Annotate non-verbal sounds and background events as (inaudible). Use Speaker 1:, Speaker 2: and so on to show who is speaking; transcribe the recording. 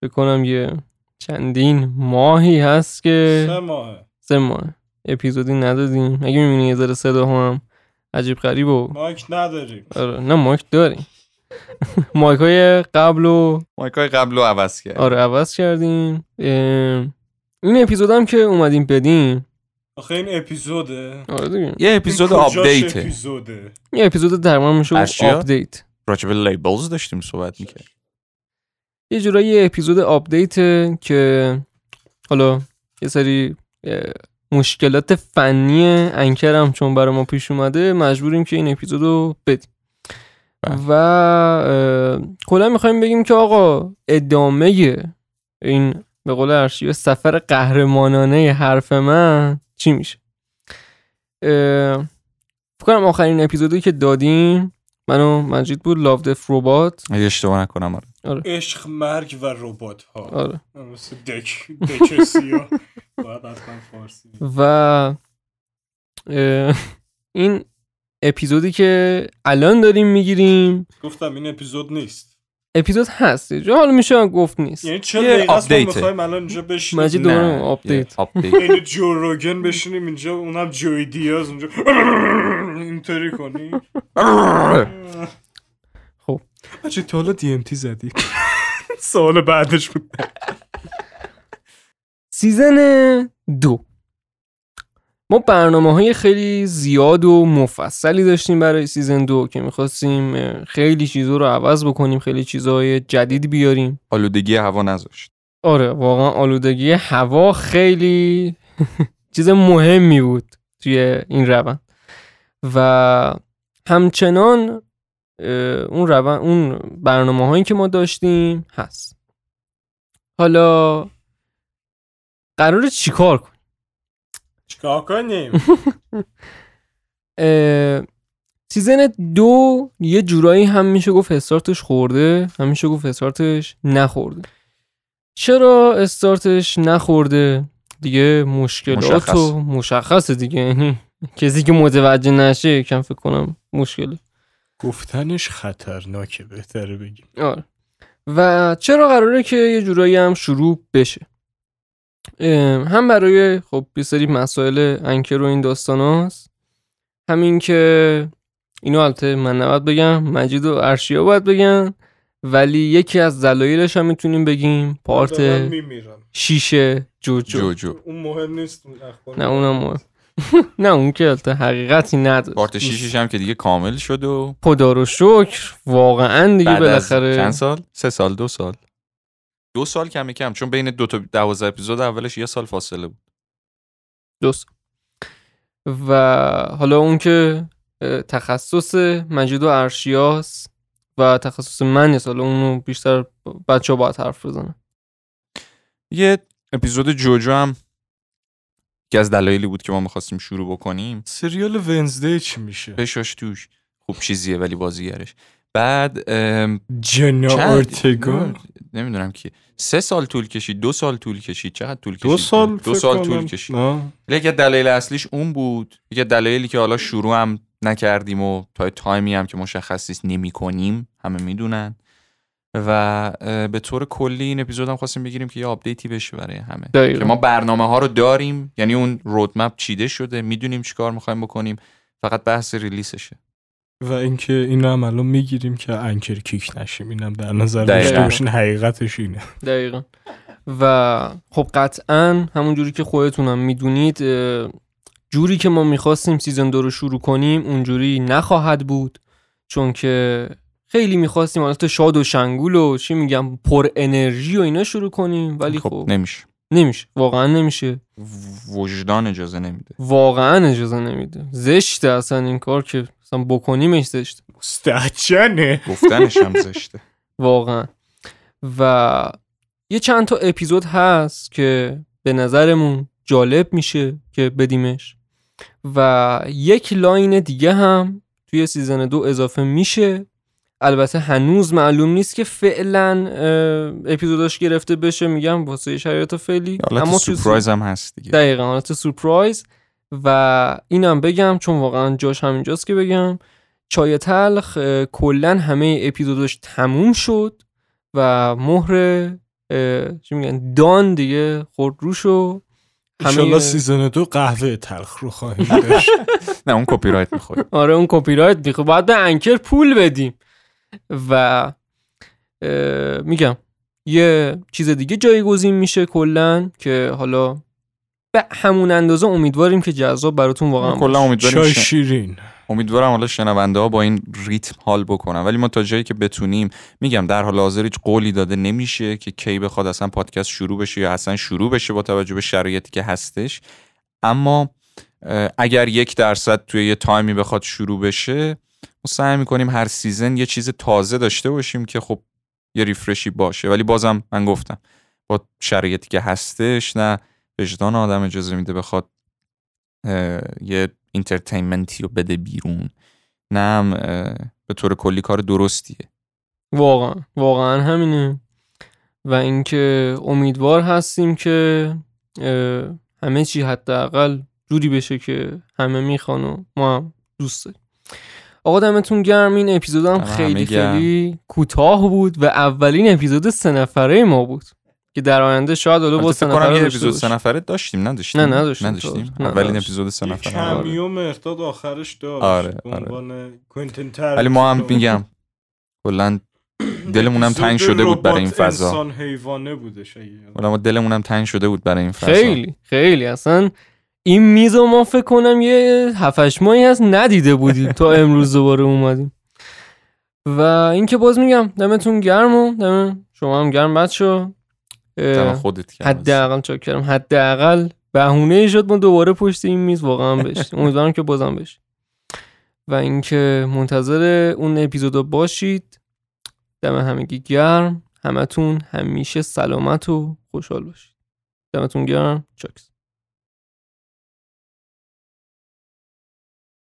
Speaker 1: فکر کنم یه چندین ماهی هست که
Speaker 2: سه ماه
Speaker 1: سه ماه اپیزودی ندادیم اگه میبینی یه ذره صدا هم عجیب غریب و
Speaker 2: مایک نداریم
Speaker 1: آره نه مایک داریم (laughs) مایک های قبل و
Speaker 3: مایک های قبل رو عوض کرد
Speaker 1: آره عوض کردیم اه، این اپیزود هم که اومدیم بدیم
Speaker 2: آخه این اپیزوده
Speaker 1: آره دیگه
Speaker 3: یه اپیزود
Speaker 2: این کجاش
Speaker 3: آپدیته
Speaker 2: اپیزوده
Speaker 1: یه اپیزود در مورد میشه و
Speaker 3: اشیا؟
Speaker 1: آپدیت
Speaker 3: راجب لیبلز داشتیم صحبت میکرد
Speaker 1: یه جورایی یه اپیزود آپدیت که حالا یه سری اه، مشکلات فنی انکر هم چون برای ما پیش اومده مجبوریم که این اپیزود رو بدیم
Speaker 3: بله.
Speaker 1: و اه، کلا میخوایم بگیم که آقا ادامه این به قول ارشیو سفر قهرمانانه حرف من چی میشه اه، فکر کنم آخرین اپیزودی که دادیم من و مجید بود لاو دف ربات
Speaker 3: اگه اشتباه نکنم آره
Speaker 2: عشق مرگ و ربات ها
Speaker 1: آره
Speaker 2: مثل دک دک سیا باید حتما فارسی بگی.
Speaker 1: و اه، این اپیزودی که الان داریم میگیریم
Speaker 2: گفتم این اپیزود نیست
Speaker 1: اپیزود هست یه جا حالا میشه هم گفت نیست
Speaker 2: یعنی چه
Speaker 3: یه
Speaker 2: دقیقه است ما
Speaker 3: آپدیته.
Speaker 2: میخوایم الان اینجا بشینیم
Speaker 1: مجید
Speaker 3: نه،
Speaker 1: دوباره
Speaker 3: یه
Speaker 1: آپدیت
Speaker 3: آپدیت
Speaker 1: (laughs)
Speaker 2: یعنی جو روگن بشینیم اینجا اونم جوی دیاز اونجا اینطوری کنی
Speaker 1: خب.
Speaker 2: بچه تو حالا دی ام تی زدی (laughs) سوال بعدش بود
Speaker 1: سیزن دو ما برنامه های خیلی زیاد و مفصلی داشتیم برای سیزن دو که میخواستیم خیلی چیزها رو عوض بکنیم خیلی چیزهای جدید بیاریم
Speaker 3: آلودگی هوا نذاشت
Speaker 1: آره واقعا آلودگی هوا خیلی (laughs) چیز مهمی بود توی این روند و همچنان اه، اون روند اون برنامه هایی که ما داشتیم هست حالا قرار چیکار کنیم
Speaker 2: چیکار کنیم
Speaker 1: اه، سیزن دو یه جورایی هم میشه گفت استارتش خورده هم میشه گفت استارتش نخورده چرا استارتش نخورده دیگه مشکلات
Speaker 3: مشخص.
Speaker 1: و مشخصه دیگه (laughs) یعنی کسی که متوجه نشه یکم فکر کنم مشکله
Speaker 2: گفتنش خطرناکه بهتره بگیم
Speaker 1: آره. و چرا قراره که یه جورایی هم شروع بشه ام، هم برای خب یه سری مسائل انکر و این داستان هاست همین که اینو البته من نباید بگم مجید و ارشیا باید بگن ولی یکی از دلایلش هم میتونیم بگیم پارت
Speaker 2: من دارم میمیرم
Speaker 1: شیشه جوجو
Speaker 3: جوجو
Speaker 2: اون مهم نیست اون اخبار
Speaker 1: نه، اونم مهم. نه اون که البته حقیقتی نداره
Speaker 3: پارت شیشش هم که دیگه کامل شد و
Speaker 1: خدا رو شکر واقعا دیگه
Speaker 3: بعد از چند
Speaker 1: بالاخره
Speaker 3: سال سه سال دو سال دو سال کمی کم چون بین دو تا دوازده اپیزود اولش یه سال فاصله بود
Speaker 1: درست و حالا اون که اه، تخصص مجید و ارشیاس و تخصص من نیست حالا اونو بیشتر بچه ها باید حرف بزنن
Speaker 3: یه اپیزود جوجو هم که از دلایلی بود که ما میخواستیم شروع بکنیم
Speaker 2: سریال ونزدی چی میشه
Speaker 3: بشاش توش خوب چیزیه ولی بازیگرش بعد ام،
Speaker 2: جنا
Speaker 3: چند-
Speaker 2: اورتگا
Speaker 3: نمیدونم که سه سال طول کشید دو سال طول کشید چقدر طول کشید
Speaker 2: دو سال
Speaker 3: دو سال طول کشید ولی یکی از دلایل اصلیش اون بود یکی از دلایلی که حالا شروع هم نکردیم و تا تایمی هم که مشخص نیست نمی کنیم همه میدونن و اه، به طور کلی این اپیزود هم خواستیم بگیریم که یه آپدیتی بشه برای همه
Speaker 1: دقیقاً.
Speaker 3: که ما برنامه ها رو داریم یعنی اون رودمپ چیده شده میدونیم چیکار میخوایم بکنیم فقط بحث ریلیسشه
Speaker 2: و اینکه اینو هم الان میگیریم که انکر کیک نشیم اینم در نظر
Speaker 3: دقیقاً.
Speaker 2: داشته باشین حقیقتش اینه
Speaker 1: دقیقا و خب قطعا همون جوری که خودتونم میدونید اه، جوری که ما میخواستیم سیزن دو رو شروع کنیم اونجوری نخواهد بود چون که خیلی میخواستیم حالت شاد و شنگول و چی میگم پر انرژی و اینا شروع کنیم ولی خب,
Speaker 3: نمیشه
Speaker 1: نمیشه واقعا نمیشه
Speaker 3: وجدان اجازه نمیده
Speaker 1: واقعا اجازه نمیده زشته اصلا این کار که اصلا بکنیمش زشته
Speaker 2: مستحجنه
Speaker 3: گفتنش هم زشته
Speaker 1: واقعا و یه چند تا اپیزود هست که به نظرمون جالب میشه که بدیمش و یک لاین دیگه هم توی سیزن دو اضافه میشه البته هنوز معلوم نیست که فعلا اه، اپیزوداش گرفته بشه میگم واسه شرایط فعلی
Speaker 3: حالت
Speaker 1: تو سی-
Speaker 3: سورپرایز هم هست دیگه
Speaker 1: دقیقا حالت سورپرایز و اینم بگم چون واقعا جاش همینجاست که بگم چای تلخ اه، کلا همه اپیزودش تموم شد و مهر اه، چی میگن دان دیگه خورد روش و
Speaker 4: انشالله سیزن دو قهوه تلخ رو
Speaker 3: (laughs)
Speaker 4: خواهیم داشت
Speaker 3: نه اون کپی رایت میخوره
Speaker 1: آره اون کپی رایت دیگه باید به انکر پول بدیم و اه، میگم یه چیز دیگه جایگزین میشه کلا که حالا به همون اندازه امیدواریم که جذاب براتون واقعا
Speaker 3: کلا امیدواریم
Speaker 4: چای
Speaker 3: شن-
Speaker 4: شیرین
Speaker 3: امیدوارم حالا شنونده ها با این ریتم حال بکنن ولی ما تا جایی که بتونیم میگم در حال حاضر هیچ قولی داده نمیشه که کی بخواد اصلا پادکست شروع بشه یا اصلا شروع بشه با توجه به شرایطی که هستش اما اه، اگر یک درصد توی یه تایمی بخواد شروع بشه ما سعی میکنیم هر سیزن یه چیز تازه داشته باشیم که خب یه ریفرشی باشه ولی بازم من گفتم با شرایطی که هستش نه وجدان آدم اجازه میده بخواد اه، یه اینترتینمنتی رو بده بیرون نه هم اه، به طور کلی کار درستیه
Speaker 1: واقعا واقعا همینه و اینکه امیدوار هستیم که اه، همه چی حداقل جوری بشه که همه میخوان و ما هم دوست داریم آقا دمتون گرم این اپیزود هم
Speaker 3: دم همه
Speaker 1: خیلی
Speaker 3: گرم.
Speaker 1: خیلی کوتاه بود و اولین اپیزود سه نفره ما بود که در آینده شاید حالا با
Speaker 3: البته
Speaker 1: سه
Speaker 3: فکر کنم
Speaker 1: نفره
Speaker 3: یه
Speaker 1: داشته
Speaker 3: اپیزود سه
Speaker 1: باشیم.
Speaker 3: نفره داشتیم نداشتیم
Speaker 1: نه، نداشتیم.
Speaker 3: نداشتیم
Speaker 1: نه،
Speaker 3: اولین
Speaker 1: نداشتیم.
Speaker 3: اپیزود سه
Speaker 2: یه
Speaker 3: نفره آره.
Speaker 2: کمیو مقداد آخرش داشت
Speaker 3: آره،
Speaker 2: به
Speaker 3: آره.
Speaker 2: عنوان کوینتین تر
Speaker 3: ولی ما هم میگم کلا دلمونم تنگ شده بود برای این فضا.
Speaker 2: انسان حیوانه بودش اگه یادم.
Speaker 3: ولی ما دلمونم تنگ شده بود برای این فصل
Speaker 1: خیلی خیلی اصلا این میز رو ما فکر کنم یه هفتش ماهی هست ندیده بودیم تا امروز دوباره اومدیم و اینکه باز میگم دمتون گرم و دم شما هم گرم بچه
Speaker 3: دم خودت کرد
Speaker 1: حداقل چاکرم حداقل بهونه ای شد ما دوباره پشت این میز واقعا بشیم امیدوارم که بازم بشیم و اینکه منتظر اون اپیزودا باشید دم همگی گرم همتون همیشه سلامت و خوشحال باشید دمتون گرم چاکس